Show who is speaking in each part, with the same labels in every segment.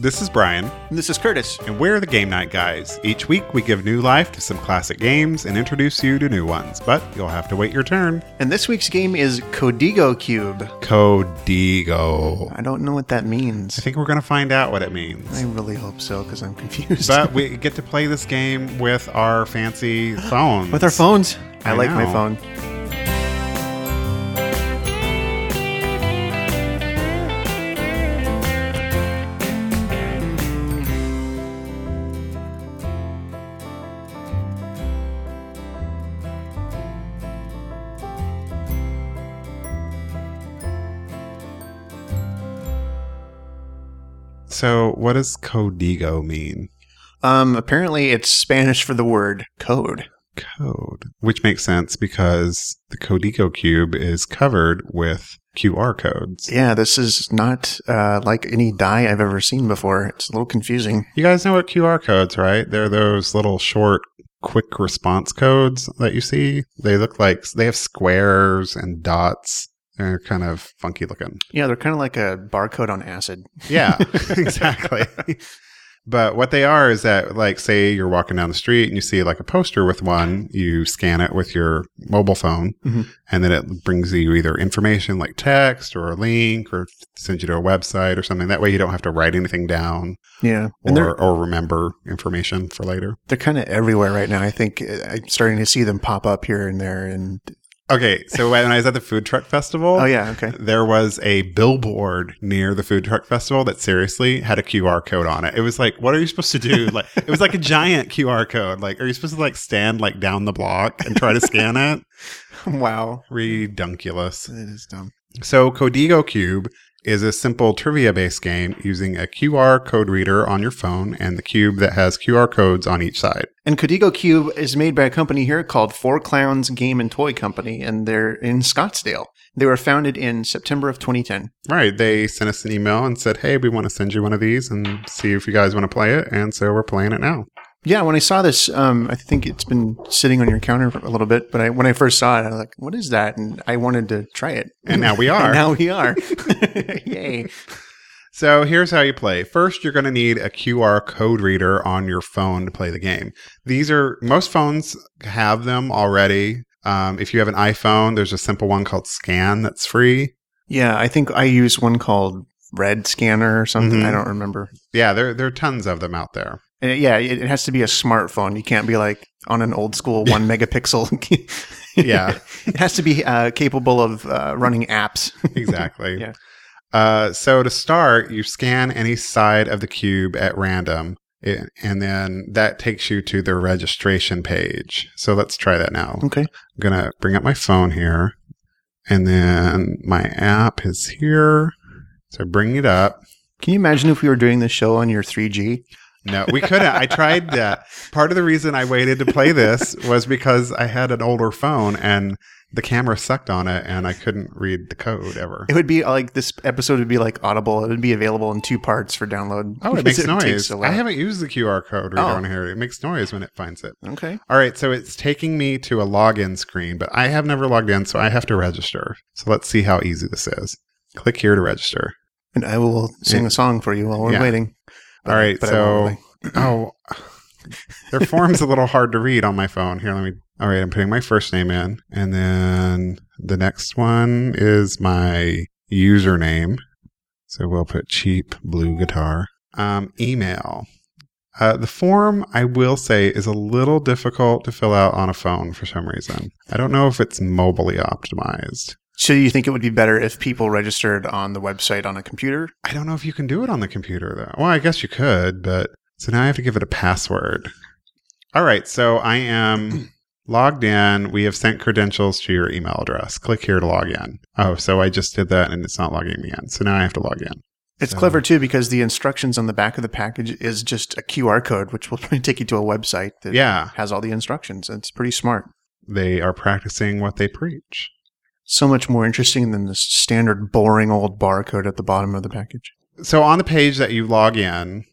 Speaker 1: This is Brian,
Speaker 2: And this is Curtis.
Speaker 1: and we're the Game Night Guys. Each week, we give new life to some classic games and introduce you to new ones, but you'll have to wait your turn.
Speaker 2: And this week's game is Codigo Cube.
Speaker 1: Codigo.
Speaker 2: I don't know what that
Speaker 1: I
Speaker 2: means.
Speaker 1: think we're going to find out what it
Speaker 2: I
Speaker 1: means.
Speaker 2: really hope so because I'm confused.
Speaker 1: But we get to play this game with our fancy phones.
Speaker 2: With our phones, I,
Speaker 1: I
Speaker 2: like my
Speaker 1: know.
Speaker 2: phone.
Speaker 1: So, what does Codigo mean?
Speaker 2: Um, apparently, it's Spanish for the word code.
Speaker 1: Code, which makes sense because the Codigo cube is covered with QR codes.
Speaker 2: Yeah, this is not uh, like any die I've ever seen before. It's a little confusing.
Speaker 1: You guys know what QR codes, right? They're those little short, quick response codes that you see. They look like they have squares and dots. They're kind of funky looking.
Speaker 2: Yeah, they're kind of like a barcode on acid.
Speaker 1: Yeah, exactly. But what they are is that, like, say you're walking down the street and you see like a poster with one, you scan it with your mobile phone,
Speaker 2: Mhm.
Speaker 1: and then it brings you either information like text or a link or sends you to a website or something. That way you don't have to write anything down
Speaker 2: Yeah, and they're
Speaker 1: or, or remember information for later.
Speaker 2: they're kind of everywhere right now. I think uh, I'm starting to see them pop up here and there. And
Speaker 1: Okay, so when I was at the food truck festival,
Speaker 2: oh yeah, okay.
Speaker 1: there was a billboard near the food truck festival that seriously had a QR code on it. It was like, what are you supposed to do? Like, it was like a giant QR code. Like, are you supposed to like stand like down the block and try to scan it?
Speaker 2: wow,
Speaker 1: Redunculous.
Speaker 2: it is dumb.
Speaker 1: So, Codigo Cube is a simple trivia based game using a QR code reader on your phone and the cube that has QR codes on each side.
Speaker 2: And Codigo Cube is made by a company here called Four Clowns Game and Toy Company, and they're in Scottsdale. They were founded in September of 2010.
Speaker 1: Right. They sent us an email and said, hey, we want to send you one of these and see if you guys want to play it. And so we're playing it now.
Speaker 2: Yeah, when I saw this, um, I think it's been sitting on your counter for a little bit, but I, when I first saw it, I was like, what is that? And I wanted to try it.
Speaker 1: And now we are.
Speaker 2: And now we are. Yay.
Speaker 1: So here's how you play. First, you're going to need a QR code reader on your phone to play the game. These are most phones have them already. Um, if you have an iPhone, there's a simple one called Scan that's free.
Speaker 2: Yeah, I think I use one called Red Scanner or something.
Speaker 1: Mhm.
Speaker 2: I don't remember.
Speaker 1: Yeah, there there are tons of them out there.
Speaker 2: And it- yeah, it, it has to be a smartphone. You can't be like on an old school one megapixel.
Speaker 1: Yeah.
Speaker 2: it has to be uh, capable of uh, running apps.
Speaker 1: Exactly.
Speaker 2: Yeah.
Speaker 1: Uh, so to start, you scan any side of the cube at random, it, and then that takes you to the registration page. So let's try that now.
Speaker 2: Okay.
Speaker 1: I'm gonna bring up my phone here, and then my app is here. So bring it up.
Speaker 2: Can you imagine if we were doing this show on your 3G?
Speaker 1: No, we couldn't. I tried that. Part of the reason I waited to play this was because I had an older phone and the camera sucked on it, and I couldn't read the code ever.
Speaker 2: It would be like this episode would be like Audible. It would be available in two parts for download.
Speaker 1: Oh, it
Speaker 2: because
Speaker 1: makes noise.
Speaker 2: takes a
Speaker 1: I
Speaker 2: lot.
Speaker 1: haven't used the QR code reader
Speaker 2: Oh.
Speaker 1: on here. It makes noise when it finds it.
Speaker 2: Okay.
Speaker 1: All right, so it's taking me to a login screen, but I have never logged in, so I have to register. So let's see how easy this is. Click here to register.
Speaker 2: And I will sing a song for you while we're
Speaker 1: Yeah.
Speaker 2: waiting. But-
Speaker 1: All right,
Speaker 2: but I won't
Speaker 1: so
Speaker 2: really.
Speaker 1: oh, their form's a little hard to read on my phone. Here, let me. All right, I'm putting my first name in, and then the next one is my username. So we'll put cheap blue guitar. Um, email. Uh, the form I will say is a little difficult to fill out on a phone for some reason. I don't know if it's mobily optimized.
Speaker 2: So you think it would be better if people registered on the website on a computer?
Speaker 1: I don't know if you can do it on the computer though. Well, I guess you could, but so now I have to give it a password. All right, so I am logged in. We have sent credentials to your email address. Click here to log in. Oh, so I just did that and it's not logging me in. So now I have to log in.
Speaker 2: It's
Speaker 1: So-
Speaker 2: clever too because the instructions on the back of the package is just a QR code, which will take you to a website that
Speaker 1: Yeah,
Speaker 2: has all the instructions. It's pretty smart.
Speaker 1: they are practicing what they preach.
Speaker 2: So much more interesting than the standard boring old barcode at the bottom of the package.
Speaker 1: So on the page that you log in,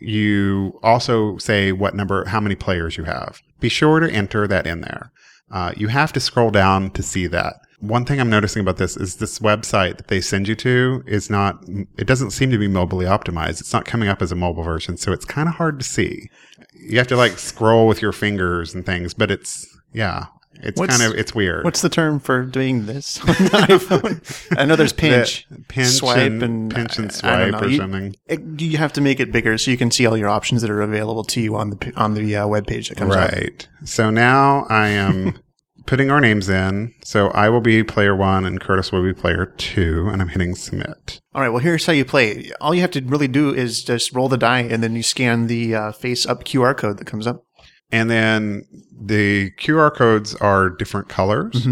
Speaker 1: you also say what number, how many players you have. Be sure to enter that in there. Uh, you have to scroll down to see that. One thing I'm noticing about this is this website that they send you to is not, it doesn't seem to be mobily optimized. It's not coming up as a mobile version. So it's kind of hard to see. You have to like scroll with your fingers and things, but it's, yeah, it's
Speaker 2: What's-
Speaker 1: kind of, it's weird.
Speaker 2: What's the term for doing this on the iPhone? I know there's
Speaker 1: The
Speaker 2: pinch.
Speaker 1: pinch
Speaker 2: swipe
Speaker 1: and,
Speaker 2: and-
Speaker 1: pinch and
Speaker 2: I-
Speaker 1: swipe
Speaker 2: I don't know.
Speaker 1: or
Speaker 2: You-
Speaker 1: something.
Speaker 2: It- you have to make it bigger so you can see all your options that are available to you on the p- on the uh, web page that comes up.
Speaker 1: Right. So now I am putting our names in. So I will be player one and Curtis will be player two, and I'm hitting submit.
Speaker 2: All right. Well, here's how you play. All you have to really do is just roll the die, and then you scan the uh, face up QR code that comes up.
Speaker 1: And then the QR codes are different colors.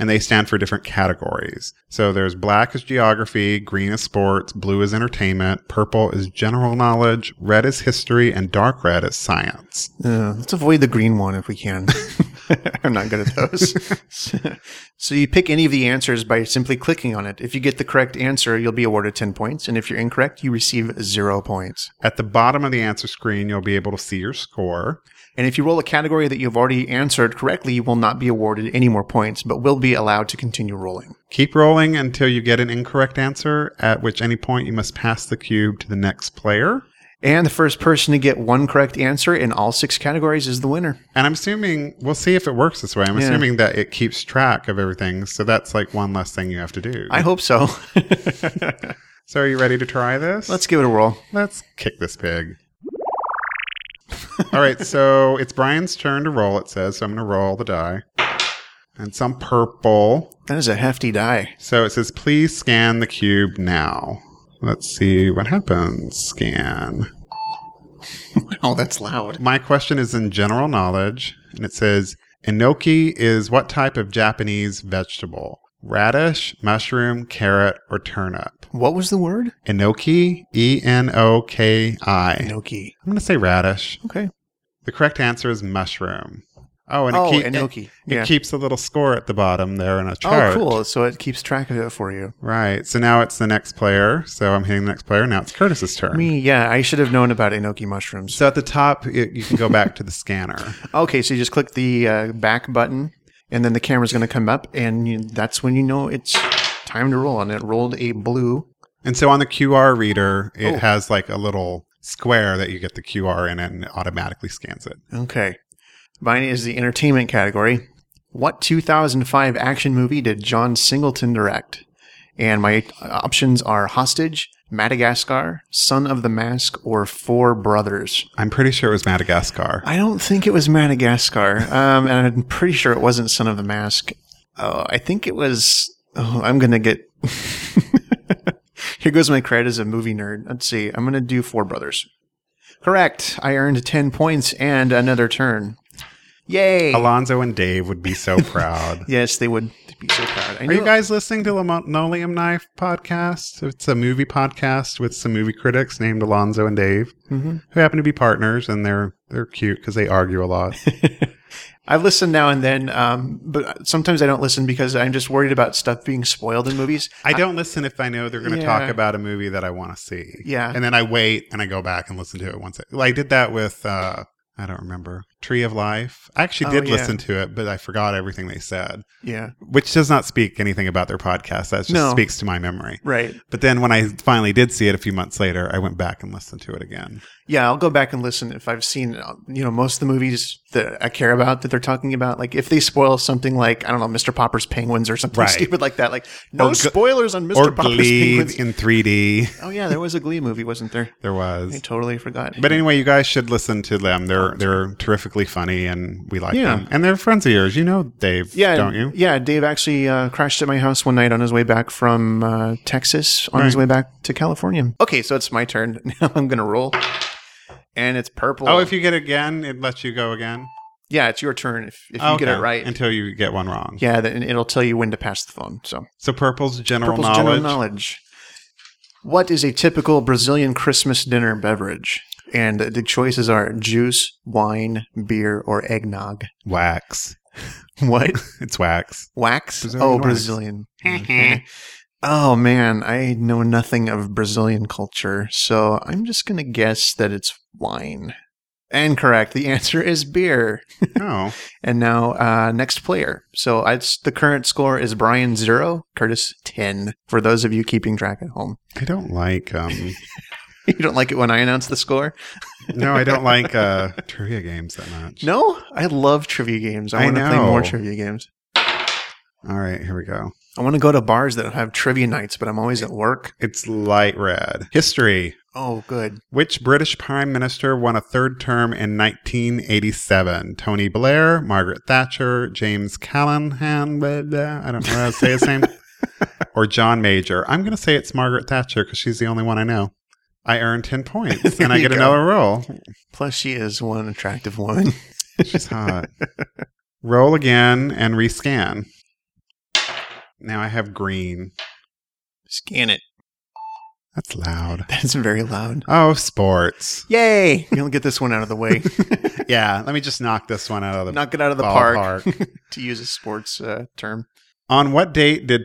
Speaker 1: And they stand for different categories. So there's black is geography, green is sports, blue is entertainment, purple is general knowledge, red is history, and dark red is science.
Speaker 2: Uh, let's avoid the green one if we can. I'm not good at those. so you pick any of the answers by simply clicking on it. If you get the correct answer, you'll be awarded 10 points. And if you're incorrect, you receive zero points.
Speaker 1: At the bottom of the answer screen, you'll be able to see your score.
Speaker 2: And if you roll a category that you've already answered correctly, you will not be awarded any more points, but will be allowed to continue rolling.
Speaker 1: Keep rolling until you get an incorrect answer, at which any point you must pass the cube to the next player.
Speaker 2: And the first person to get one correct answer in all six categories is the winner.
Speaker 1: And I'm assuming we'll see if it works this way. I'm assuming that it keeps track of everything, so that's like one less thing you have to do.
Speaker 2: I hope so.
Speaker 1: so are you ready to try this?
Speaker 2: Let's give it a roll.
Speaker 1: let's kick this pig. All right, so it's Brian's turn to roll. It says so. I'm going to roll the die, and some purple.
Speaker 2: That is a hefty die.
Speaker 1: So it says, please scan the cube now. Let's see what happens. Scan.
Speaker 2: Oh, that's loud.
Speaker 1: My question is in general knowledge, and it says enoki is what type of Japanese vegetable? Radish, mushroom, carrot, or turnip?
Speaker 2: What was the word?
Speaker 1: Enoki, E N O K I. I'm
Speaker 2: Enoki.
Speaker 1: going to say radish.
Speaker 2: Okay.
Speaker 1: The correct answer is mushroom. Oh, and
Speaker 2: oh,
Speaker 1: it, keep-
Speaker 2: enoki.
Speaker 1: it, it keeps a little score at the bottom there in a
Speaker 2: Oh,
Speaker 1: chart.
Speaker 2: cool. So it keeps track of it for you.
Speaker 1: Right. So now it's the next player. So I'm hitting the next player. Now it's Curtis's turn.
Speaker 2: Me, yeah, I should have known about enoki mushrooms.
Speaker 1: So at the top, it, you can go back to the scanner.
Speaker 2: Okay, so you just click the uh, back button, and then the camera's going to come up, and you, that's when you know it's time to roll. And it rolled a blue.
Speaker 1: And so on the QR reader, it
Speaker 2: Oh.
Speaker 1: has like a little square that you get the QR in it and it automatically scans it.
Speaker 2: Okay. Mine is the entertainment category. What 2005 action movie did John Singleton direct? And my options are Hostage, Madagascar, Son of the Mask, or Four Brothers.
Speaker 1: I'm pretty sure it was Madagascar.
Speaker 2: I don't think it was Madagascar, um, and I'm pretty sure it wasn't Son of the Mask. Oh, I think it was. Oh, I'm gonna get. Here goes my credit as a movie nerd. Let's see. I'm gonna do Four Brothers. Correct. I earned ten points and another turn. Yay!
Speaker 1: Alonzo and Dave would be so proud.
Speaker 2: Yes, they would be so proud. I
Speaker 1: Are you
Speaker 2: knew-
Speaker 1: guys listening to Linoleum Knife podcast? It's a movie podcast with some movie critics named Alonzo and Dave,
Speaker 2: Mm-hmm.
Speaker 1: who happen to be partners, and they're they're cute because they argue a lot.
Speaker 2: I listen now and then, um, but sometimes I don't listen because I'm just worried about stuff being spoiled in movies.
Speaker 1: I don't listen if I know they're going to
Speaker 2: Yeah.
Speaker 1: talk about a movie that I want to see.
Speaker 2: Yeah.
Speaker 1: And then I wait and I go back and listen to it once. I, like, I did that with, uh, I don't remember, Tree of Life. I actually
Speaker 2: Oh,
Speaker 1: did
Speaker 2: yeah.
Speaker 1: listen to it, but I forgot everything they said,
Speaker 2: Yeah.
Speaker 1: which does not speak anything about their podcast. That just
Speaker 2: No.
Speaker 1: speaks to my memory.
Speaker 2: Right.
Speaker 1: But then when I finally did see it a few months later, I went back and listened to it again.
Speaker 2: Yeah, I'll go back and listen if I've seen, uh, you know, most of the movies that I care about that they're talking about. Like if they spoil something like I don't know, Mr. Popper's Penguins or something
Speaker 1: Right.
Speaker 2: stupid like that. Like no
Speaker 1: Or Gl-
Speaker 2: spoilers on Mr.
Speaker 1: Or
Speaker 2: Popper's
Speaker 1: Glee
Speaker 2: Penguins.
Speaker 1: in 3D.
Speaker 2: Oh yeah, there was a Glee movie, wasn't there?
Speaker 1: There
Speaker 2: I
Speaker 1: was.
Speaker 2: totally forgot.
Speaker 1: But anyway, you guys should listen to them. They're they're terrifically funny, and we like
Speaker 2: Oh, Yeah.
Speaker 1: them. And they're friends of yours. You know Dave,
Speaker 2: yeah,
Speaker 1: don't you?
Speaker 2: Yeah, Dave actually uh, crashed at my house one night on his way back from uh, Texas on his way back to California. Okay, so it's my turn. Now I'm gonna roll, and it's purple.
Speaker 1: Oh, if you get again, it lets you go again.
Speaker 2: yeah, it's your turn if, if you get it
Speaker 1: Okay.
Speaker 2: right.
Speaker 1: Until you get one wrong.
Speaker 2: yeah, then it'll tell you when to pass the phone. So.
Speaker 1: So purple's general
Speaker 2: Purple's
Speaker 1: knowledge.
Speaker 2: general knowledge. What is a typical Brazilian Christmas dinner beverage? And the choices are juice, wine, beer, or eggnog.
Speaker 1: Wax.
Speaker 2: What?
Speaker 1: It's wax.
Speaker 2: Wax?
Speaker 1: Brazilian
Speaker 2: oh,
Speaker 1: wax.
Speaker 2: Brazilian. Okay. oh, man. I know nothing of Brazilian culture. So I'm just going to guess that it's wine. And correct. The answer is beer.
Speaker 1: Oh,
Speaker 2: And now, uh, next player. So it's, the current score is Brian zero, Curtis ten. For those of you keeping track at home,
Speaker 1: I don't like. Um,
Speaker 2: you don't like it when I announce the score.
Speaker 1: no, I don't like uh, trivia games that much.
Speaker 2: No, I love trivia games. I,
Speaker 1: I
Speaker 2: want to play more
Speaker 1: know.
Speaker 2: trivia games.
Speaker 1: All right, here we go.
Speaker 2: I want to go to bars that have trivia nights, but I'm always at work.
Speaker 1: It's light red. History.
Speaker 2: Oh, good.
Speaker 1: Which British Prime Minister won a third term in 1987? Tony Blair, Margaret Thatcher, James Callahan, but, uh, I don't know how to say his name, or John Major. I'm going to say it's Margaret Thatcher because she's the only one I know. I earned 10 points and I
Speaker 2: you
Speaker 1: get
Speaker 2: go.
Speaker 1: another roll.
Speaker 2: Plus, she is one attractive woman.
Speaker 1: She's hot. roll again and rescan. Now I have green.
Speaker 2: Scan it.
Speaker 1: That's loud.
Speaker 2: That's very loud.
Speaker 1: Oh, sports.
Speaker 2: Yay! You'll get this one out of the way.
Speaker 1: Yeah, let me just knock this one out of the
Speaker 2: Knock it out of the park,
Speaker 1: ballpark.
Speaker 2: to use a sports uh, term.
Speaker 1: On what date did?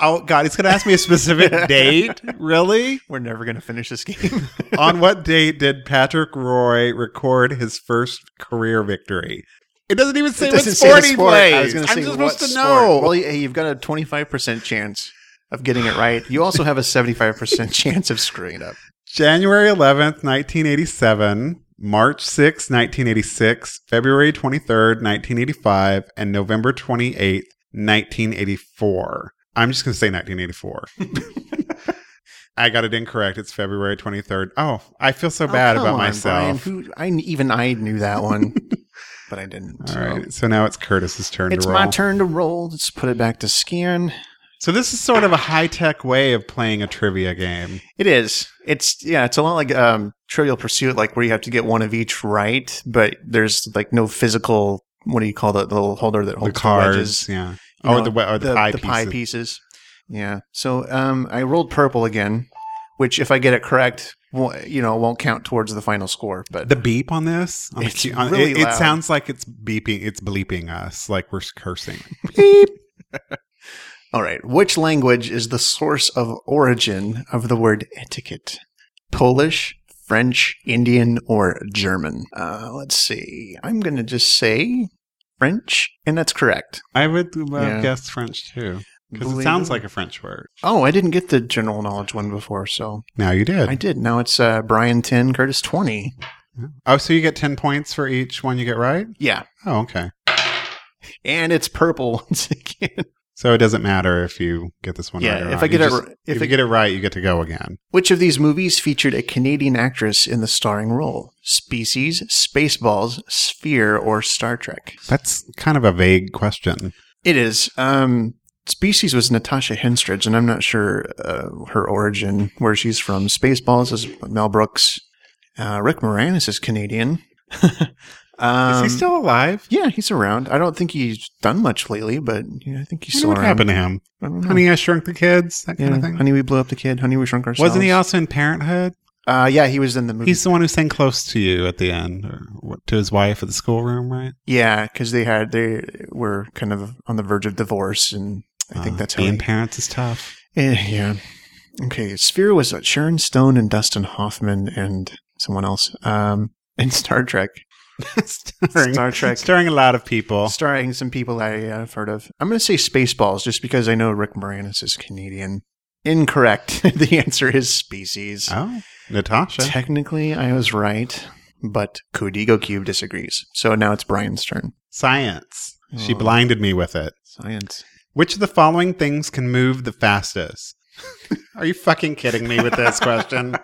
Speaker 1: Oh God, he's gonna ask me a specific date. Really?
Speaker 2: We're never going to finish this game.
Speaker 1: On what date did Patrick Roy record his first career victory? It doesn't even say what
Speaker 2: Doesn't say
Speaker 1: sport
Speaker 2: the
Speaker 1: he
Speaker 2: sport.
Speaker 1: plays.
Speaker 2: I was gonna
Speaker 1: I'm
Speaker 2: say
Speaker 1: just
Speaker 2: what
Speaker 1: supposed to
Speaker 2: sport.
Speaker 1: know.
Speaker 2: Well, hey, you've got a 25% chance of getting it right. You also have a 75% chance of screwing it up.
Speaker 1: January 11th, 1987. March 6, 1986, February 23rd, 1985, and November 28th, 1984. I'm just going to say 1984. I got it incorrect. It's February 23rd. Oh, I feel so bad
Speaker 2: Oh, come
Speaker 1: about
Speaker 2: on,
Speaker 1: myself.
Speaker 2: Brian. Who- I, even I knew that one, but I didn't.
Speaker 1: All
Speaker 2: so.
Speaker 1: right. So now it's Curtis's turn
Speaker 2: It's
Speaker 1: to roll.
Speaker 2: my turn to roll. Let's put it back to scan.
Speaker 1: So this is sort of a high tech way of playing a trivia game.
Speaker 2: It is. It's yeah. It's a lot like um, Trivial Pursuit, like where you have to get one of each right, but there's like no physical. What do you call that little holder that
Speaker 1: The
Speaker 2: holds the,
Speaker 1: cards.
Speaker 2: wedges?
Speaker 1: Yeah.
Speaker 2: You
Speaker 1: or
Speaker 2: know,
Speaker 1: the, we- or the, pie pieces.
Speaker 2: pieces. Yeah. So um, I rolled purple again, which if I get it correct, wo- you know, won't count towards the final score. But
Speaker 1: The beep on this, on the
Speaker 2: It's
Speaker 1: key- on-
Speaker 2: really
Speaker 1: it, it
Speaker 2: loud.
Speaker 1: sounds like it's beeping, it's bleeping us, like we're cursing.
Speaker 2: all right, which language is the source of origin of the word etiquette? Polish, French, Indian, or German? Uh, let's see. I'm gonna just say French, and that's correct.
Speaker 1: I would uh,
Speaker 2: Yeah.
Speaker 1: guess French too, because it sounds like a French word.
Speaker 2: Oh, I didn't get the general knowledge one before, so
Speaker 1: Now you did.
Speaker 2: I did. Now it's uh, Brian ten, Curtis twenty.
Speaker 1: oh, so you get ten points for each one you get right.
Speaker 2: Yeah,
Speaker 1: Oh, okay.
Speaker 2: and it's purple once again.
Speaker 1: So it doesn't matter if you get this one right.
Speaker 2: Yeah,
Speaker 1: or
Speaker 2: if
Speaker 1: not.
Speaker 2: I get
Speaker 1: You
Speaker 2: it,
Speaker 1: just-
Speaker 2: r-
Speaker 1: if,
Speaker 2: if
Speaker 1: you
Speaker 2: it,
Speaker 1: get it right, you get to go again.
Speaker 2: which of these movies featured a Canadian actress in the starring role? Species, Spaceballs, Sphere, or Star Trek?
Speaker 1: That's kind of a vague question.
Speaker 2: It is. Um, Species was Natasha Henstridge, and I'm not sure uh, her origin, where she's from. Spaceballs is Mel Brooks. Uh, Rick Moranis is Canadian. um,
Speaker 1: Is he still alive?
Speaker 2: Yeah, he's around. I don't think he's done much lately, but yeah, I think he's
Speaker 1: Wonder
Speaker 2: still
Speaker 1: what
Speaker 2: around.
Speaker 1: happened to him?
Speaker 2: I don't know.
Speaker 1: Honey, I Shrunk the Kids, that
Speaker 2: Hmm. yeah,
Speaker 1: kind of thing.
Speaker 2: honey, we blew up the kid. Honey, we shrunk ourselves.
Speaker 1: Wasn't he also in Parenthood?
Speaker 2: Uh, yeah, he was in the movie.
Speaker 1: He's the one who sang "Close to You" at the end, or what, to his wife at the schoolroom, right?
Speaker 2: Yeah, because they had they were kind of on the verge of divorce, and I think
Speaker 1: Uh,
Speaker 2: that's how.
Speaker 1: being
Speaker 2: he-
Speaker 1: parents is tough.
Speaker 2: Eh, yeah. Okay, Sphere was uh, Sharon Stone and Dustin Hoffman and someone else. Um, and Star Trek,
Speaker 1: Stirring,
Speaker 2: Star Trek,
Speaker 1: stirring a lot of people.
Speaker 2: starring some people I uh, have heard of. I'm going to say Spaceballs just because I know Rick Moranis is Canadian. Incorrect. the answer is Species.
Speaker 1: Oh, Natasha.
Speaker 2: Technically, I was right, but Codigo Cube disagrees. So now it's Brian's turn.
Speaker 1: Science. She
Speaker 2: Oh.
Speaker 1: blinded me with it.
Speaker 2: Science.
Speaker 1: Which of the following things can move the fastest? Are you fucking kidding me with this question?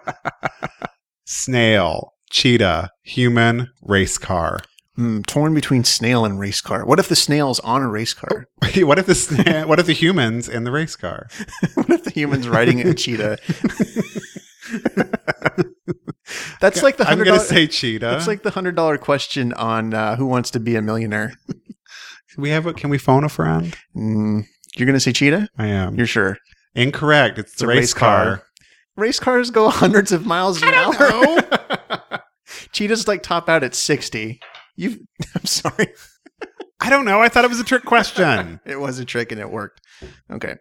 Speaker 1: Snail, cheetah, human, race car.
Speaker 2: Mm, torn between snail and race car. What if the snail's on a race car?
Speaker 1: Wait, what if the sna- what if the humans in the race car?
Speaker 2: what if the human's riding a cheetah? that's like the
Speaker 1: I'm
Speaker 2: hundred
Speaker 1: gonna
Speaker 2: dollar.
Speaker 1: say uh, cheetah.
Speaker 2: That's like the hundred dollar question on uh, Who Wants to Be a Millionaire.
Speaker 1: we have. A, can we phone a friend?
Speaker 2: Mm, you're gonna say cheetah?
Speaker 1: I am
Speaker 2: You're sure?
Speaker 1: incorrect. It's, the
Speaker 2: a
Speaker 1: race,
Speaker 2: race
Speaker 1: car.
Speaker 2: car. Race cars go hundreds of miles an hour. Cheetahs like top out at sixty. You, I'm sorry.
Speaker 1: I don't know. I thought it was a trick question.
Speaker 2: It was a trick and it worked. Okay.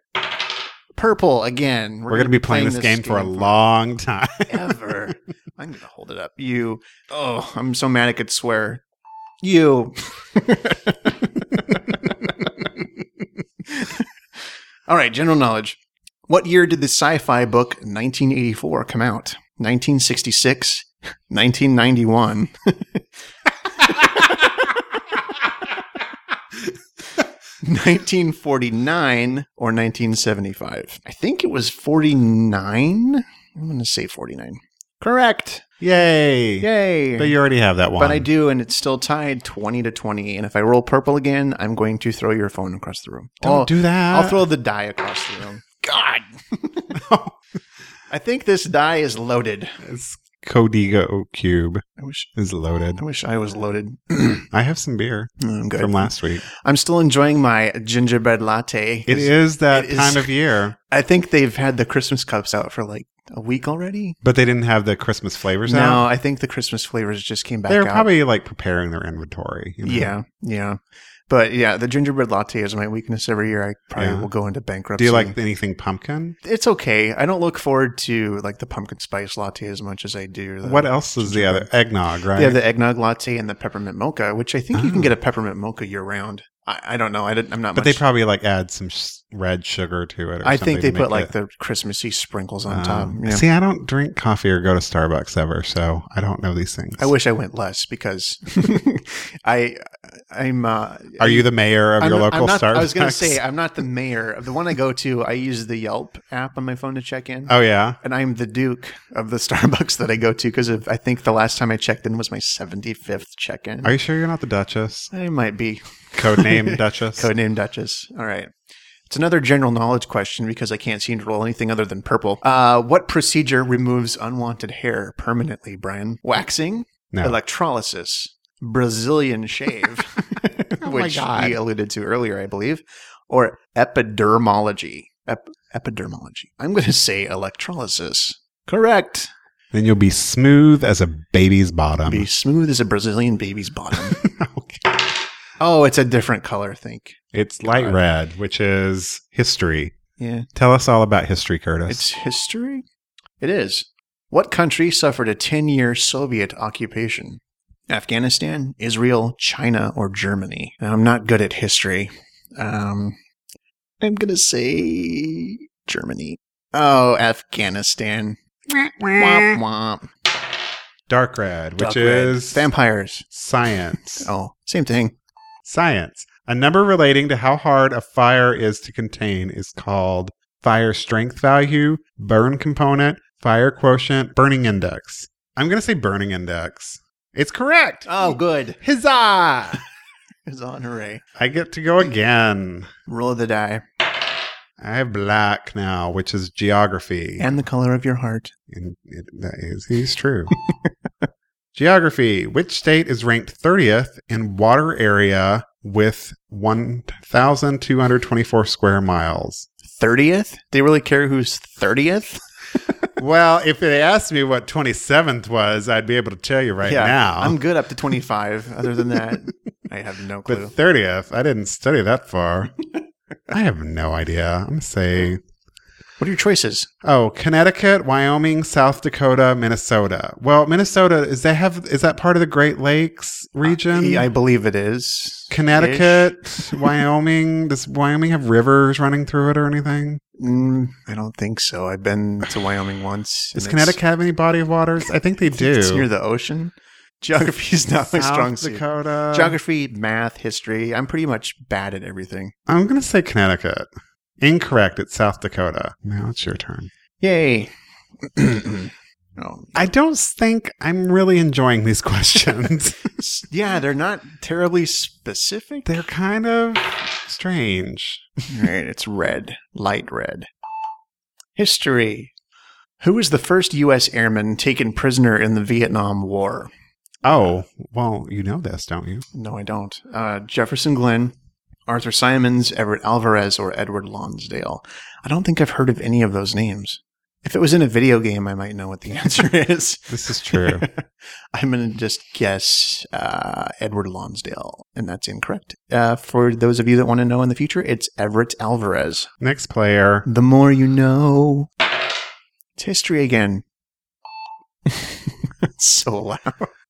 Speaker 2: Purple again.
Speaker 1: We're going to be playing, this,
Speaker 2: this
Speaker 1: game for a
Speaker 2: game
Speaker 1: long time.
Speaker 2: Ever. I'm gonna hold it up. You. Oh, I'm so mad I could swear. You. All right, general knowledge. What year did the sci-fi book 1984 come out? 1966, 1991. Nineteen forty-nine or nineteen seventy-five? I think it was forty-nine. I'm going to say forty-nine. Correct.
Speaker 1: Yay.
Speaker 2: Yay!
Speaker 1: But you already have that one.
Speaker 2: But I do, and it's still tied 20 to 20. And if I roll purple again, I'm going to throw your phone across the room.
Speaker 1: Don't
Speaker 2: I'll,
Speaker 1: do that.
Speaker 2: I'll throw the die across the room. God! I think this die is loaded.
Speaker 1: It's Codigo Cube
Speaker 2: I wish
Speaker 1: is loaded.
Speaker 2: I wish I was loaded.
Speaker 1: I have some beer
Speaker 2: I'm good.
Speaker 1: from last week.
Speaker 2: I'm still enjoying my gingerbread latte.
Speaker 1: It is that
Speaker 2: it is-
Speaker 1: time of year,
Speaker 2: I think they've had the Christmas cups out for like a week already.
Speaker 1: but they didn't have the Christmas flavors
Speaker 2: No,
Speaker 1: out.
Speaker 2: I think the Christmas flavors just came back
Speaker 1: They're
Speaker 2: out.
Speaker 1: probably like preparing their inventory. you know?
Speaker 2: yeah, yeah. But yeah, the gingerbread latte is my weakness every year. I probably
Speaker 1: Yeah.
Speaker 2: will go into bankruptcy.
Speaker 1: Do you like anything pumpkin?
Speaker 2: it's okay. I don't look forward to like the pumpkin spice latte as much as I do. The,
Speaker 1: What else is the other eggnog? Right?
Speaker 2: Yeah, the eggnog latte and the peppermint mocha, which I think you
Speaker 1: Oh.
Speaker 2: can get a peppermint mocha year round. I, I don't know. I didn't, I'm not.
Speaker 1: but
Speaker 2: much,
Speaker 1: they probably like add some s red sugar to it. Or
Speaker 2: I
Speaker 1: something
Speaker 2: think they
Speaker 1: to make
Speaker 2: put like
Speaker 1: it-
Speaker 2: the Christmassy sprinkles on
Speaker 1: Um,
Speaker 2: top. Yeah.
Speaker 1: See, I don't drink coffee or go to Starbucks ever, so I don't know these things.
Speaker 2: I wish I went less because I I'm. Uh,
Speaker 1: Are you the mayor of
Speaker 2: I'm
Speaker 1: your
Speaker 2: not-
Speaker 1: local
Speaker 2: I'm not,
Speaker 1: Starbucks?
Speaker 2: I was gonna say I'm not the mayor of the one I go to. I use the Yelp app on my phone to check in.
Speaker 1: Oh yeah.
Speaker 2: and I'm the Duke of the Starbucks that I go to because I think the last time I checked in was my 75th check in.
Speaker 1: Are you sure you're not the Duchess?
Speaker 2: I might be.
Speaker 1: Codename Duchess.
Speaker 2: Codename Duchess. All right. It's another general knowledge question because I can't seem to roll anything other than purple. Uh, what procedure removes unwanted hair permanently, Brian? Waxing,
Speaker 1: No.
Speaker 2: electrolysis, Brazilian shave,
Speaker 1: Oh my
Speaker 2: which
Speaker 1: God.
Speaker 2: we alluded to earlier, I believe, or epidermology. Ep- epidermology. I'm going to say electrolysis. Correct.
Speaker 1: Then you'll be smooth as a baby's bottom.
Speaker 2: be smooth as a Brazilian baby's bottom. oh, it's a different color, I think.
Speaker 1: It's light
Speaker 2: God.
Speaker 1: red, which is history.
Speaker 2: Yeah.
Speaker 1: Tell us all about history, Curtis.
Speaker 2: It's history? It is. What country suffered a 10 year Soviet occupation? Afghanistan, Israel, China, or Germany? Now, I'm not good at history. Um, I'm going to say Germany. Oh, Afghanistan. Womp womp.
Speaker 1: dark red, which
Speaker 2: Duck red.
Speaker 1: is
Speaker 2: Vampires.
Speaker 1: science.
Speaker 2: Oh, same thing.
Speaker 1: Science. A number relating to how hard a fire is to contain is called fire strength value, burn component, fire quotient, burning index. I'm going to say burning index. It's correct.
Speaker 2: Oh, good.
Speaker 1: Huzzah!
Speaker 2: It's on hooray.
Speaker 1: I get to go again.
Speaker 2: Roll of the die.
Speaker 1: I have black now, which is geography.
Speaker 2: And the color of your heart.
Speaker 1: And it, that is, is true. Geography. Which state is ranked 30th in water area with 1,224 square miles?
Speaker 2: 30th? They really care who's 30th?
Speaker 1: well, if they asked me what 27th was, I'd be able to tell you right
Speaker 2: Yeah,
Speaker 1: now.
Speaker 2: I'm good up to 25. Other than that, I have no
Speaker 1: but
Speaker 2: clue.
Speaker 1: 30th, I didn't study that far. I have no idea. I'm going to say,
Speaker 2: What are your choices?
Speaker 1: oh, Connecticut, Wyoming, South Dakota, Minnesota. Well, Minnesota, is that, have, is that part of the Great Lakes region?
Speaker 2: E, I believe it is.
Speaker 1: Connecticut, Wyoming. Does Wyoming have rivers running through it or anything?
Speaker 2: Ish. Mm, I don't think so. I've been to Wyoming once.
Speaker 1: Does
Speaker 2: and it's-
Speaker 1: Connecticut have any body of waters? I think they do.
Speaker 2: It's near the ocean. Geography is not my
Speaker 1: South
Speaker 2: strong suit.
Speaker 1: Dakota.
Speaker 2: Geography, math, history. I'm pretty much bad at everything.
Speaker 1: I'm going to say Connecticut. Incorrect. It's South Dakota. Now it's your turn.
Speaker 2: Yay. oh,
Speaker 1: I don't think I'm really enjoying these questions.
Speaker 2: s- yeah, they're not terribly specific.
Speaker 1: They're kind of strange.
Speaker 2: All right, it's red, light red. History. Who was the first U.S. airman taken prisoner in the Vietnam War?
Speaker 1: Oh, well, you know this, don't you?
Speaker 2: No, I don't. Uh, Jefferson Glenn, Arthur Simons, Everett Alvarez, or Edward Lonsdale. I don't think I've heard of any of those names. If it was in a video game, I might know what the answer is.
Speaker 1: This is true.
Speaker 2: I'm going to just guess uh, Edward Lonsdale, and that's incorrect. Uh, for those of you that want to know in the future, it's Everett Alvarez.
Speaker 1: Next player.
Speaker 2: The more you know. It's history again. so loud.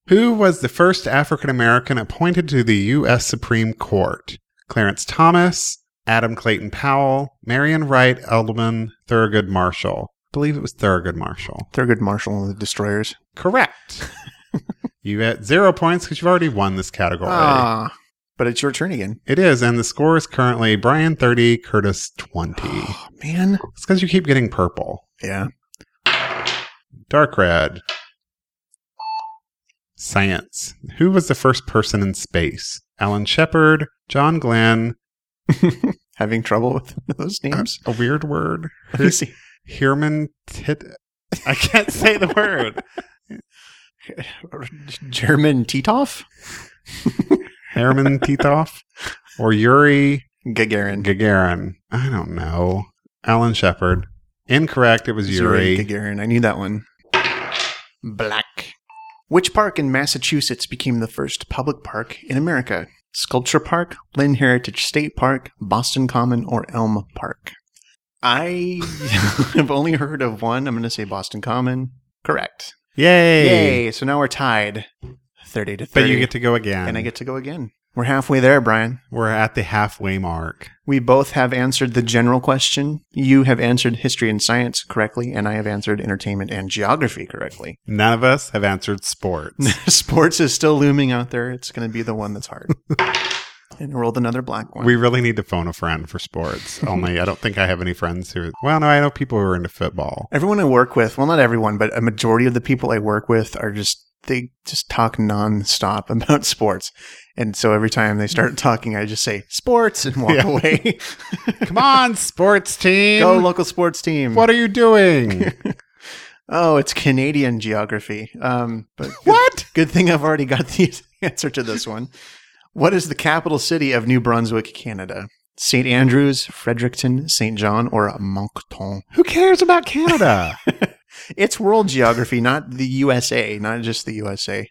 Speaker 1: Who was the first African American appointed to the U.S. Supreme Court? Clarence Thomas, Adam Clayton Powell, Marion Wright Edelman, Thurgood Marshall. I believe it was Thurgood Marshall.
Speaker 2: Thurgood Marshall and the Destroyers.
Speaker 1: Correct. you get zero points because you've already won this category.
Speaker 2: Ah, but it's your turn again.
Speaker 1: It is, and the score is currently Brian 30, Curtis 20.
Speaker 2: Oh, man.
Speaker 1: It's because you keep getting purple.
Speaker 2: Yeah.
Speaker 1: Dark red. Science. Who was the first person in space? Alan Shepard, John Glenn,
Speaker 2: Having trouble with those names.
Speaker 1: a weird word.
Speaker 2: Let me see.
Speaker 1: Herman Tit. I can't say the word.
Speaker 2: German Titov?
Speaker 1: Herman Titov or Yuri
Speaker 2: Gagarin.
Speaker 1: Gagarin. I don't know. Alan Shepard. Incorrect. It was Yuri.
Speaker 2: Gagarin. I knew that one. Black. Which park in Massachusetts became the first public park in America? Sculpture Park, Lynn Heritage State Park, Boston Common, or Elm Park? I have only heard of one. I'm going to say Boston Common. Correct.
Speaker 1: Yay.
Speaker 2: Yay. So now we're tied 30 to 30.
Speaker 1: But you get to go again.
Speaker 2: and I get to go again. We're halfway there, Brian.
Speaker 1: We're at the halfway mark.
Speaker 2: We both have answered the general question. You have answered history and science correctly, and I have answered entertainment and geography correctly.
Speaker 1: None of us have answered sports.
Speaker 2: Sports is still looming out there. It's going to be the one that's hard. and rolled another black one.
Speaker 1: we really need to phone a friend for sports. Only I don't think I have any friends who. Well, no, I know people who are into football.
Speaker 2: everyone I work with, well, not everyone, but a majority of the people I work with are just, they just talk nonstop about sports. And so every time they start talking, I just say sports and walk
Speaker 1: Yeah.
Speaker 2: away.
Speaker 1: Come on, sports team.
Speaker 2: Go local sports team.
Speaker 1: what are you doing?
Speaker 2: Oh, it's Canadian geography. Um, but good-
Speaker 1: What?
Speaker 2: Good thing I've already got the answer to this one. What is the capital city of New Brunswick, Canada? St. Andrews, Fredericton, St. John, or Moncton?
Speaker 1: who cares about Canada?
Speaker 2: It's world geography, not the USA, not just the USA.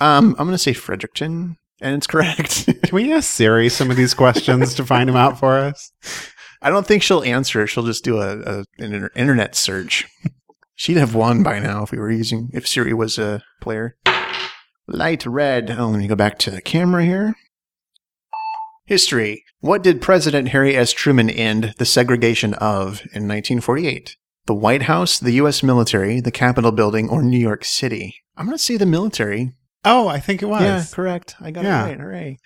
Speaker 2: Um, I'm going to say Fredericton, and it's correct.
Speaker 1: Can we ask Siri some of these questions to find them out for us?
Speaker 2: I don't think she'll answer. She'll just do a, a an inter- internet search. She'd have won by now if we were using if Siri was a player. Light red. Oh, let me go back to the camera here. History. What did President Harry S. Truman end the segregation of in 1948? The White House, the U.S. military, the Capitol building, or New York City? I'm going to say the military.
Speaker 1: Oh, I think it was.
Speaker 2: Yeah, correct. I got
Speaker 1: Yeah.
Speaker 2: it right. Hooray.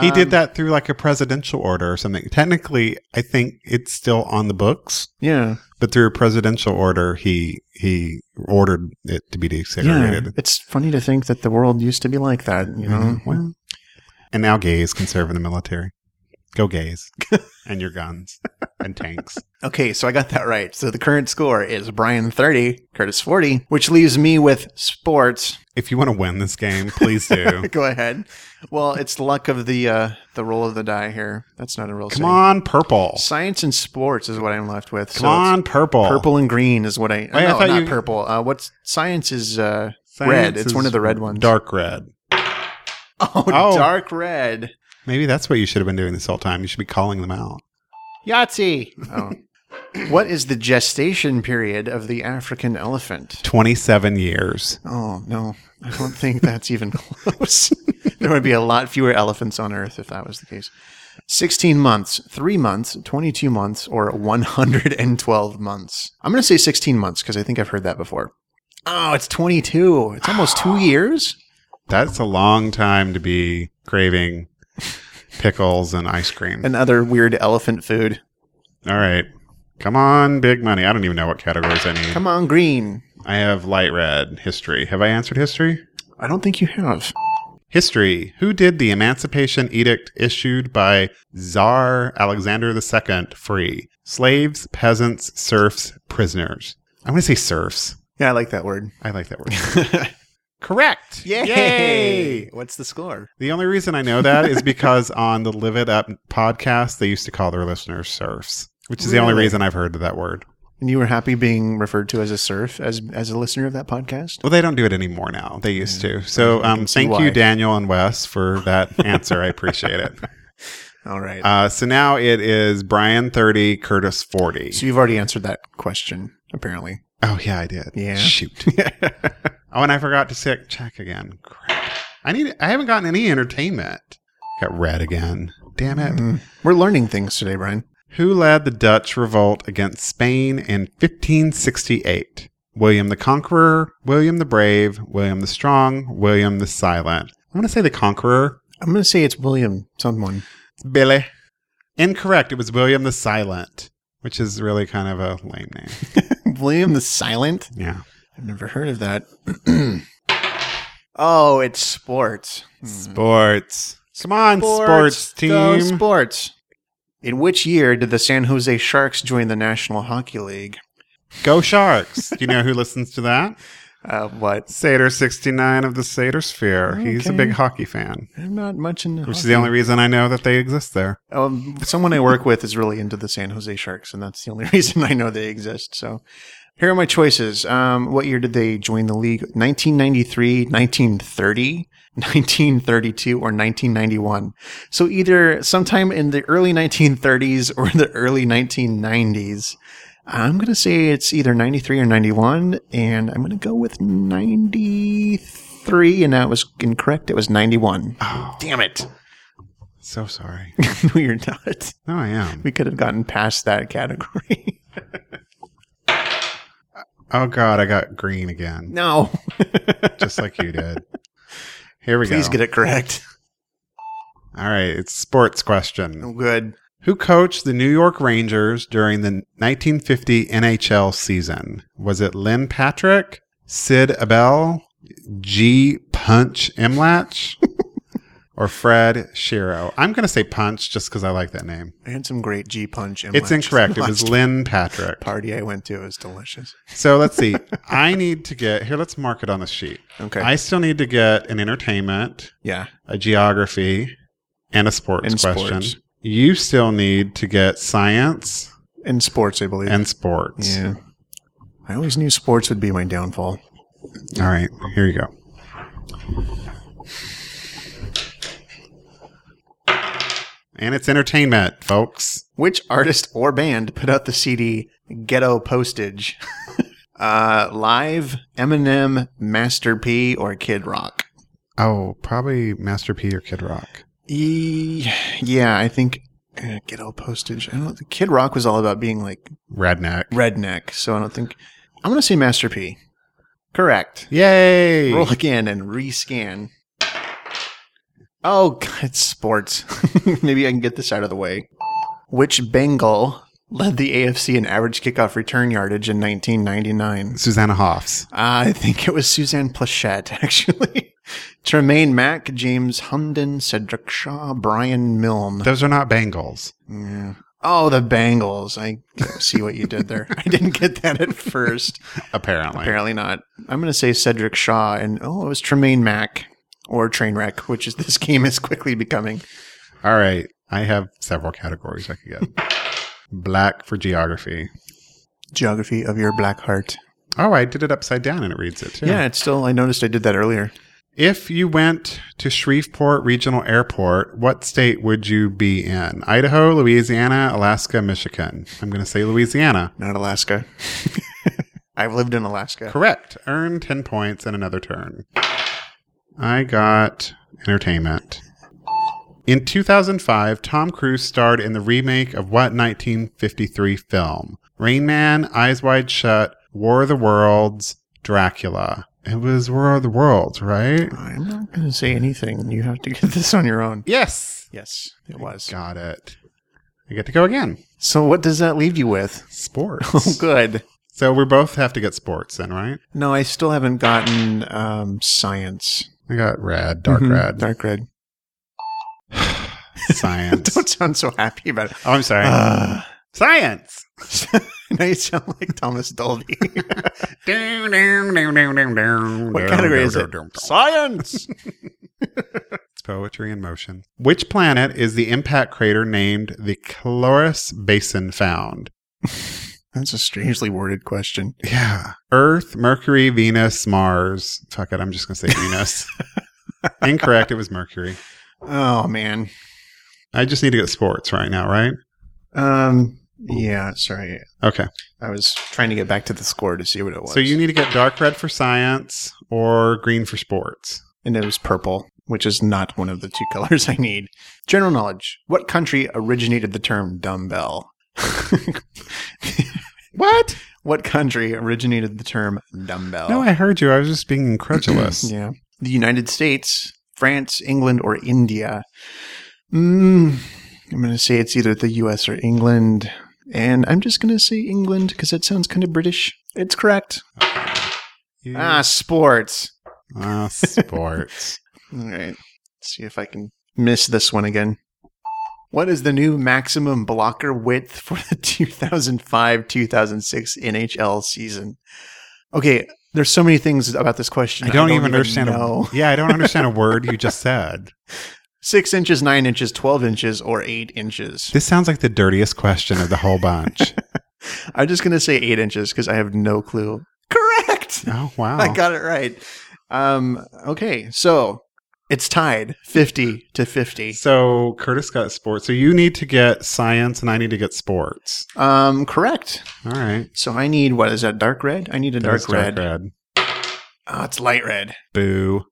Speaker 1: He
Speaker 2: Um,
Speaker 1: did that through like a presidential order or something. Technically, I think it's still on the books,
Speaker 2: Yeah.
Speaker 1: but through a presidential order, he he ordered it to be desegregated.
Speaker 2: It's funny to think that the world used to be like that, you know.
Speaker 1: Mhm. Well, And now gays can serve in the military. Go gays and your guns and tanks.
Speaker 2: Okay, so I got that right. So the current score is Brian 30, Curtis 40, which leaves me with sports.
Speaker 1: If you want to win this game, please do.
Speaker 2: Go ahead. Well, it's luck of the uh the roll of the die here. That's not a real
Speaker 1: Come on, purple.
Speaker 2: Science and sports is what I'm left with.
Speaker 1: Come
Speaker 2: so it's
Speaker 1: on, purple.
Speaker 2: Purple and green is what I.
Speaker 1: I
Speaker 2: no,
Speaker 1: thought
Speaker 2: not
Speaker 1: you-
Speaker 2: purple. Uh, what's science is uh,
Speaker 1: Science
Speaker 2: red. It's
Speaker 1: is
Speaker 2: one of the red ones.
Speaker 1: Dark red.
Speaker 2: Oh,
Speaker 1: Oh.
Speaker 2: dark red.
Speaker 1: Maybe that's what you should have been doing this whole time. You should be calling them out.
Speaker 2: Yahtzee. Oh. what is the gestation period of the African elephant?
Speaker 1: 27 years.
Speaker 2: Oh, no. I don't think that's even close. there would be a lot fewer elephants on Earth if that was the case. 16 months, 3 months, 22 months, or 112 months. I'm going to say 16 months because I think I've heard that before. Oh, it's 22. It's almost two years.
Speaker 1: That's a long time to be craving pickles and ice cream.
Speaker 2: And other weird elephant food.
Speaker 1: All right. Come on, big money. I don't even know what categories I need.
Speaker 2: Come on, green.
Speaker 1: I have light red, history. Have I answered history?
Speaker 2: I don't think you have.
Speaker 1: History. Who did the Emancipation Edict issued by Tsar Alexander II free? Slaves, peasants, serfs, prisoners. I'm going to say serfs.
Speaker 2: Yeah, I like that word.
Speaker 1: I like that word. Correct.
Speaker 2: What's the score?
Speaker 1: The only reason I know that is because on the Live It Up podcast, they used to call their listeners serfs, which is the only
Speaker 2: Really?
Speaker 1: reason I've heard of that word.
Speaker 2: And you were happy being referred to as a serf as as a listener of that podcast?
Speaker 1: Well, they don't do it anymore now. They used to. So um,
Speaker 2: see
Speaker 1: thank
Speaker 2: why.
Speaker 1: you, Daniel and Wes, for that answer. I appreciate it.
Speaker 2: All right.
Speaker 1: Uh, so now it is Brian 30, Curtis 40.
Speaker 2: So you've already answered that question, apparently.
Speaker 1: Oh, yeah, I did.
Speaker 2: Yeah.
Speaker 1: Shoot. Oh, and I forgot to check check again. Crap. I need. I haven't gotten any entertainment. Got red again. Damn it.
Speaker 2: Mm. We're learning things today, Brian.
Speaker 1: Who led the Dutch revolt against Spain in 1568? William the Conqueror, William the Brave, William the Strong, William the Silent. I'm going to say the Conqueror.
Speaker 2: I'm going to say it's William someone.
Speaker 1: Billy. Incorrect. It was William the Silent, which is really kind of a lame name.
Speaker 2: William the Silent?
Speaker 1: Yeah.
Speaker 2: I've never heard of that. oh, it's sports. Hmm.
Speaker 1: Sports. Come on, sports, team.
Speaker 2: go sports. In which year did the San Jose Sharks join the National Hockey League?
Speaker 1: Go Sharks. Do you know who listens to that?
Speaker 2: Uh, what?
Speaker 1: Sator69 of the Sator Sphere. He's a
Speaker 2: Okay.
Speaker 1: big hockey fan,
Speaker 2: I'm not much into.
Speaker 1: which is
Speaker 2: hockey.
Speaker 1: the only reason I know that they exist there.
Speaker 2: Um, someone I work with is really into the San Jose Sharks, and that's the only reason I know they exist. So, here are my choices. Um, what year did they join the league? 1993, 1930, 1932, or 1991. So either sometime in the early 1930s or the early 1990s. I'm gonna say it's either 93 or 91, and I'm gonna go with 93, and that was incorrect. It was 91.
Speaker 1: Oh,
Speaker 2: Damn it!
Speaker 1: so sorry.
Speaker 2: no, you're not
Speaker 1: No, I am.
Speaker 2: we could have gotten past that category.
Speaker 1: Oh, God, I got green again,
Speaker 2: no.
Speaker 1: just like you did. Here we
Speaker 2: Please
Speaker 1: go.
Speaker 2: get it correct.
Speaker 1: All right, it's sports question.
Speaker 2: good.
Speaker 1: Who coached the New York Rangers during the 1950 NHL season? Was it Lynn Patrick, Sid Abel, G. Punch Imlach, or Fred Shiro? I'm going to say Punch just because I like that name.
Speaker 2: I had some great G punch. in
Speaker 1: It's
Speaker 2: my-
Speaker 1: incorrect. It was
Speaker 2: last
Speaker 1: Lynn Patrick.
Speaker 2: party I went to. It was delicious.
Speaker 1: So let's see. I need to get here. Let's mark it on the sheet.
Speaker 2: Okay.
Speaker 1: I still need to get an entertainment,
Speaker 2: yeah.
Speaker 1: a geography, and a sports
Speaker 2: And
Speaker 1: question.
Speaker 2: sports.
Speaker 1: You still need to get science
Speaker 2: In sports, I believe.
Speaker 1: and sports.
Speaker 2: yeah. I always knew sports would be my downfall.
Speaker 1: All right, here you go. And it's entertainment, folks.
Speaker 2: Which artist or band put out the CD Ghetto Postage? uh, live, Eminem, Master P, or Kid Rock?
Speaker 1: Oh, probably Master P or Kid Rock.
Speaker 2: E- yeah, I think uh, Ghetto Postage. I don't. Kid Rock was all about being like
Speaker 1: Redneck.
Speaker 2: redneck, so I don't think I'm gonna say Master P. Correct.
Speaker 1: Yay!
Speaker 2: Roll again and rescan. Oh, God, it's sports. Maybe I can get this out of the way. Which Bengal led the AFC in average kickoff return yardage in 1999?
Speaker 1: Susanna Hoffs.
Speaker 2: I think it was Suzanne Plachette, actually. Tremaine Mack, James Humden, Cedric Shaw, Brian Milne.
Speaker 1: Those are not Bengals.
Speaker 2: Yeah. Oh, the Bengals. I see what you did there. I didn't get that at first.
Speaker 1: Apparently.
Speaker 2: Apparently not. I'm going to say Cedric Shaw and oh, it was Tremaine Mack or Trainwreck, which is this game is quickly becoming.
Speaker 1: All right. I have several categories I could get. Black for geography.
Speaker 2: Geography of your black heart.
Speaker 1: Oh, I did it upside down and it reads it too.
Speaker 2: Yeah. it's still I noticed I did that earlier.
Speaker 1: If you went to Shreveport Regional Airport, what state would you be in? Idaho, Louisiana, Alaska, Michigan. I'm going to say Louisiana.
Speaker 2: Not Alaska. I've lived in Alaska.
Speaker 1: Correct. Earn 10 points and another turn. I got entertainment. In 2005, Tom Cruise starred in the remake of what 1953 film? Rain Man, Eyes Wide Shut, War of the Worlds, Dracula. It was War of the Worlds, right?
Speaker 2: I'm not going to say anything. You have to get this on your own.
Speaker 1: Yes.
Speaker 2: Yes, it was.
Speaker 1: Got it. I get to go again.
Speaker 2: So what does that leave you with? Oh,
Speaker 1: Sports.
Speaker 2: good.
Speaker 1: so we both have to get sports then, right?
Speaker 2: No, I still haven't gotten um, science.
Speaker 1: I got red, dark
Speaker 2: Mhm.
Speaker 1: red,
Speaker 2: Dark red.
Speaker 1: science.
Speaker 2: Don't sound so happy about it.
Speaker 1: oh, I'm sorry.
Speaker 2: Uh,
Speaker 1: science.
Speaker 2: now you sound like Thomas Dolby.
Speaker 1: what
Speaker 2: What category is it? Science.
Speaker 1: It's poetry in motion. Which planet is the impact crater named the Caloris Basin found?
Speaker 2: That's a strangely worded question.
Speaker 1: Yeah. Earth, Mercury, Venus, Mars. Fuck it. I'm just going to say Venus. Incorrect. It was Mercury.
Speaker 2: Oh man.
Speaker 1: I just need to get sports right now, right?
Speaker 2: Um. Yeah. Sorry.
Speaker 1: Okay.
Speaker 2: I was trying to get back to the score to see what it was.
Speaker 1: So you need to get dark red for science, or green for sports.
Speaker 2: and it was purple, which is not one of the two colors I need. General knowledge. What country originated the term dumbbell?
Speaker 1: What?
Speaker 2: what country originated the term dumbbell?
Speaker 1: No, I heard you. I was just being incredulous.
Speaker 2: yeah. The United States, France, England, or India? Mm, I'm going to say it's either the US or England. And I'm just going to say England because that sounds kind of British. It's correct.
Speaker 1: You-
Speaker 2: Ah, sports.
Speaker 1: ah, sports.
Speaker 2: All right. Let's see if I can miss this one again. What is the new maximum blocker width for the 2005 2006 NHL season? Okay, there's so many things about this question.
Speaker 1: I don't, even understand.
Speaker 2: know.
Speaker 1: A, yeah, I don't understand a word you just said.
Speaker 2: Six inches, nine inches, 12 inches, or eight inches?
Speaker 1: This sounds like the dirtiest question of the whole bunch.
Speaker 2: I'm just going to say eight inches because I have no clue. Correct!
Speaker 1: oh wow!
Speaker 2: I got it right. Um, okay, so it's tied 50 to 50.
Speaker 1: So Curtis got sports. So you need to get science, and I need to get sports.
Speaker 2: Um, correct.
Speaker 1: All right.
Speaker 2: So I need what is that? Dark red. I need a
Speaker 1: That is
Speaker 2: dark, red.
Speaker 1: red.
Speaker 2: Oh, it's light red.
Speaker 1: Boo.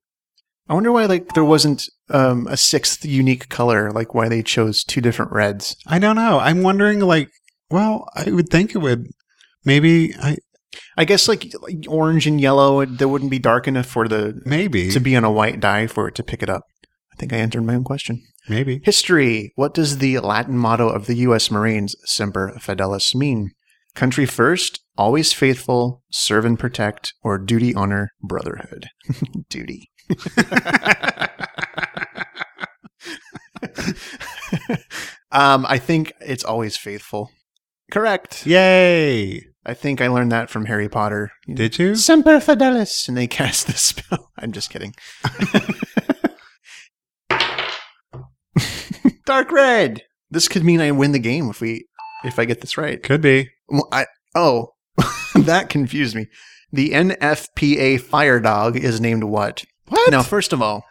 Speaker 2: I wonder why like there wasn't um, a sixth unique color. Like why they chose two different reds.
Speaker 1: I don't know. I'm wondering. Like, well, I would think it would. Maybe. I
Speaker 2: I guess like, like orange and yellow. It, they wouldn't be dark enough for the
Speaker 1: maybe
Speaker 2: to be on a white die for it to pick it up. I think I answered my own question.
Speaker 1: maybe
Speaker 2: History. What does the Latin motto of the U.S. Marines "Semper Fidelis" mean? Country first, always faithful, serve and protect, or duty, honor, brotherhood. duty. um, I think it's always faithful. Correct.
Speaker 1: Yay!
Speaker 2: I think I learned that from Harry Potter.
Speaker 1: Did you?
Speaker 2: Semper Fidelis, and they cast the spell. I'm just kidding. Dark red. This could mean I win the game if we if I get this right.
Speaker 1: Could be.
Speaker 2: Well, I, oh, that confused me. The NFPA Fire Dog is named what?
Speaker 1: What?
Speaker 2: Now, first of all,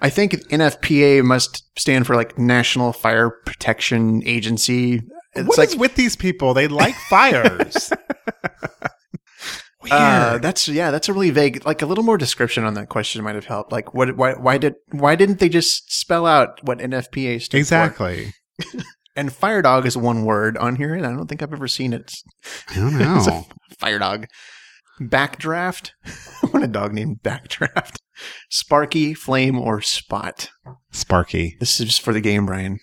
Speaker 2: I think NFPA must stand for like National Fire Protection Agency. It's
Speaker 1: What
Speaker 2: like
Speaker 1: is with these people? They like fires. Weird.
Speaker 2: uh, that's yeah, that's a really vague. Like a little more description on that question might have helped. Like what? Why? Why did? Why didn't they just spell out what NFPA stands for?
Speaker 1: exactly.
Speaker 2: And Fire Dog is one word on here, and I don't think I've ever seen it.
Speaker 1: I don't know.
Speaker 2: Fire Dog. Backdraft. I want a dog named Backdraft. Sparky, Flame, or Spot.
Speaker 1: Sparky.
Speaker 2: This is for the game, Brian.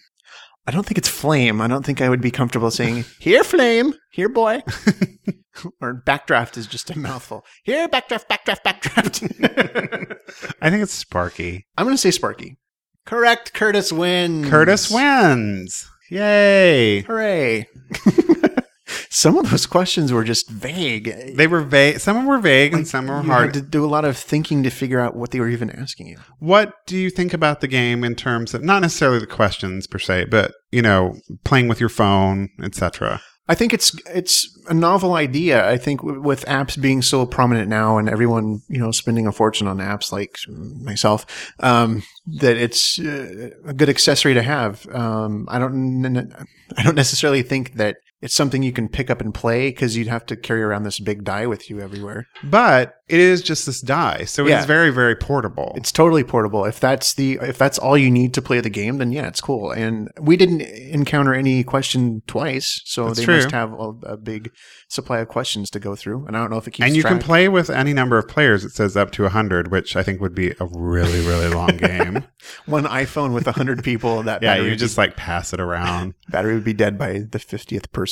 Speaker 2: I don't think it's Flame. I don't think I would be comfortable saying, Here, Flame. Here, boy. or Backdraft is just a mouthful. Here, Backdraft, Backdraft, Backdraft.
Speaker 1: I think it's Sparky.
Speaker 2: I'm going to say Sparky. Correct. Curtis wins.
Speaker 1: Curtis wins. Yay!
Speaker 2: Hooray. Some of those questions were just vague.
Speaker 1: They were vague. Some were vague and some were
Speaker 2: you
Speaker 1: hard.
Speaker 2: had to do a lot of thinking to figure out what they were even asking you.
Speaker 1: what do you think about the game in terms of not necessarily the questions per se, but you know, playing with your phone, etc.
Speaker 2: I think it's it's a novel idea. I think w- with apps being so prominent now, and everyone you know spending a fortune on apps, like myself, um, that it's uh, a good accessory to have. Um, I don't n- n- I don't necessarily think that it's something you can pick up and play because you'd have to carry around this big die with you everywhere.
Speaker 1: But it is just this die, so it
Speaker 2: Yeah.
Speaker 1: is very, very portable.
Speaker 2: It's totally portable. If that's the if that's all you need to play the game, then yeah, it's cool. And we didn't encounter any question twice, so
Speaker 1: That's
Speaker 2: they
Speaker 1: true.
Speaker 2: must have a, a big supply of questions to go through. And I don't know if it keeps.
Speaker 1: and you can
Speaker 2: track.
Speaker 1: play with any number of players. It says up to 100, which I think would be a really, really long game.
Speaker 2: one iPhone with hundred people. That
Speaker 1: yeah,
Speaker 2: battery,
Speaker 1: you
Speaker 2: would
Speaker 1: just like pass it around.
Speaker 2: be, battery would be dead by the fiftieth person.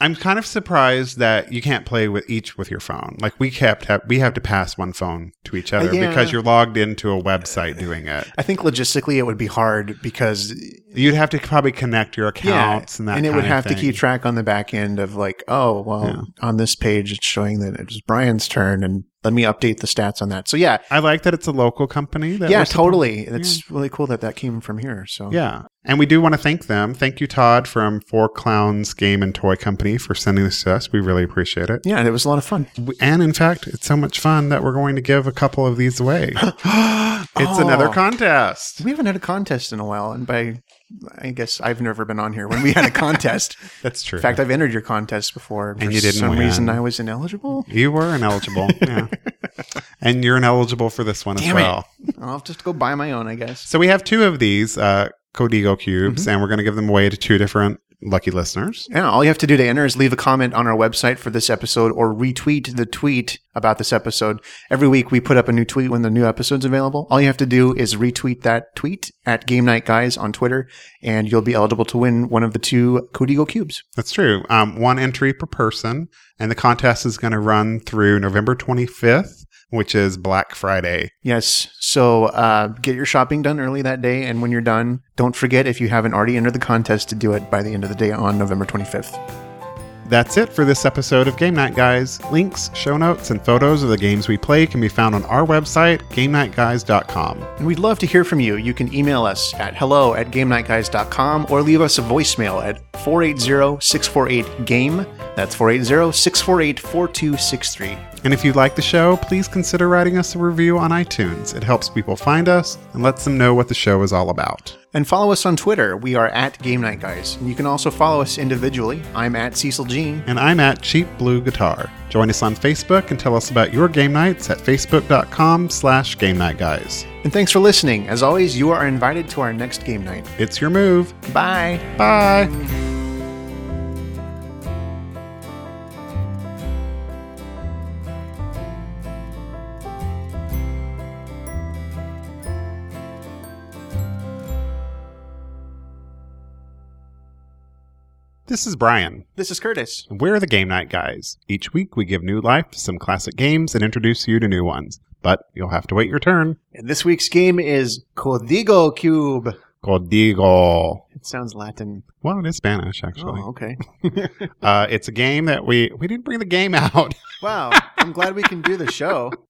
Speaker 1: I'm kind of surprised that you can't play with each with your phone. Like we kept ha- we have to pass one phone to each other
Speaker 2: yeah.
Speaker 1: because you're logged into a website doing it.
Speaker 2: I think logistically it would be hard because
Speaker 1: You'd have to probably connect your
Speaker 2: yeah,
Speaker 1: accounts and that.
Speaker 2: and it would
Speaker 1: kind of
Speaker 2: have to
Speaker 1: thing.
Speaker 2: keep track on the back end of like, oh, well, on this page it's showing that it's Brian's turn, and let me update the stats on that. So yeah,
Speaker 1: I like that it's a local company. That
Speaker 2: yeah,
Speaker 1: we're supporting.
Speaker 2: totally. It's really cool that that came from here. So
Speaker 1: Yeah. And we do want to thank them. Thank you, Todd, from Four Clowns Game and Toy Company for sending this to us. We really appreciate it.
Speaker 2: yeah, it was a lot of fun.
Speaker 1: We- And in fact, it's so much fun that we're going to give a couple of these away. It's
Speaker 2: it's
Speaker 1: another contest.
Speaker 2: We haven't had a contest in a while, and by I guess I've never been on here when we had a contest.
Speaker 1: That's true.
Speaker 2: In fact, I've entered your contest before, and for
Speaker 1: you didn't
Speaker 2: some
Speaker 1: win.
Speaker 2: reason I was ineligible.
Speaker 1: you were ineligible. yeah. And you're ineligible for this one as
Speaker 2: Damn it.
Speaker 1: well.
Speaker 2: I'll just go buy my own, I guess.
Speaker 1: So we have two of these uh, Codigo cubes,
Speaker 2: Mm-hmm.
Speaker 1: and we're going to give them away to two different lucky listeners.
Speaker 2: Yeah, all you have to do to enter is leave a comment on our website for this episode or retweet the tweet about this episode. Every week we put up a new tweet when the new episode's available. All you have to do is retweet that tweet at Game Night Guys on Twitter, and you'll be eligible to win one of the two Code Eagle cubes.
Speaker 1: That's true. Um, one entry per person, and the contest is going to run through November 25th, which is Black Friday.
Speaker 2: Yes. So uh, get your shopping done early that day, and when you're done, don't forget if you haven't already entered the contest to do it by the end of the day on November 25th.
Speaker 1: That's it for this episode of Game Night Guys. Links, show notes, and photos of the games we play can be found on our website, GameNightGuys.com.
Speaker 2: And we'd love to hear from you. You can email us at hello at GameNightGuys.com or leave us a voicemail at 480-648-GAME. That's 480-648-4263.
Speaker 1: And if you like the show, please consider writing us a review on iTunes. It helps people find us and lets them know what the show is all about.
Speaker 2: And follow us on Twitter. We are at Game Night Guys. And you can also follow us individually. I'm at Cecil Jean.
Speaker 1: And I'm at Cheap Blue Guitar. Join us on Facebook and tell us about your game nights at facebook.com slash game night guys.
Speaker 2: And thanks for listening. As always, you are invited to our next game night.
Speaker 1: It's your move.
Speaker 2: Bye.
Speaker 1: Bye. This is Brian.
Speaker 2: This is Curtis.
Speaker 1: We're the Game Night Guys. Each week we give new life to some classic games and introduce you to new ones. But you'll have to wait your turn.
Speaker 2: And this week's game is Codigo Cube.
Speaker 1: Codigo.
Speaker 2: It sounds Latin.
Speaker 1: Well, it is Spanish, actually.
Speaker 2: Oh, okay.
Speaker 1: Uh, it's a game that we we didn't bring the game out.
Speaker 2: Wow. I'm glad we can do the show.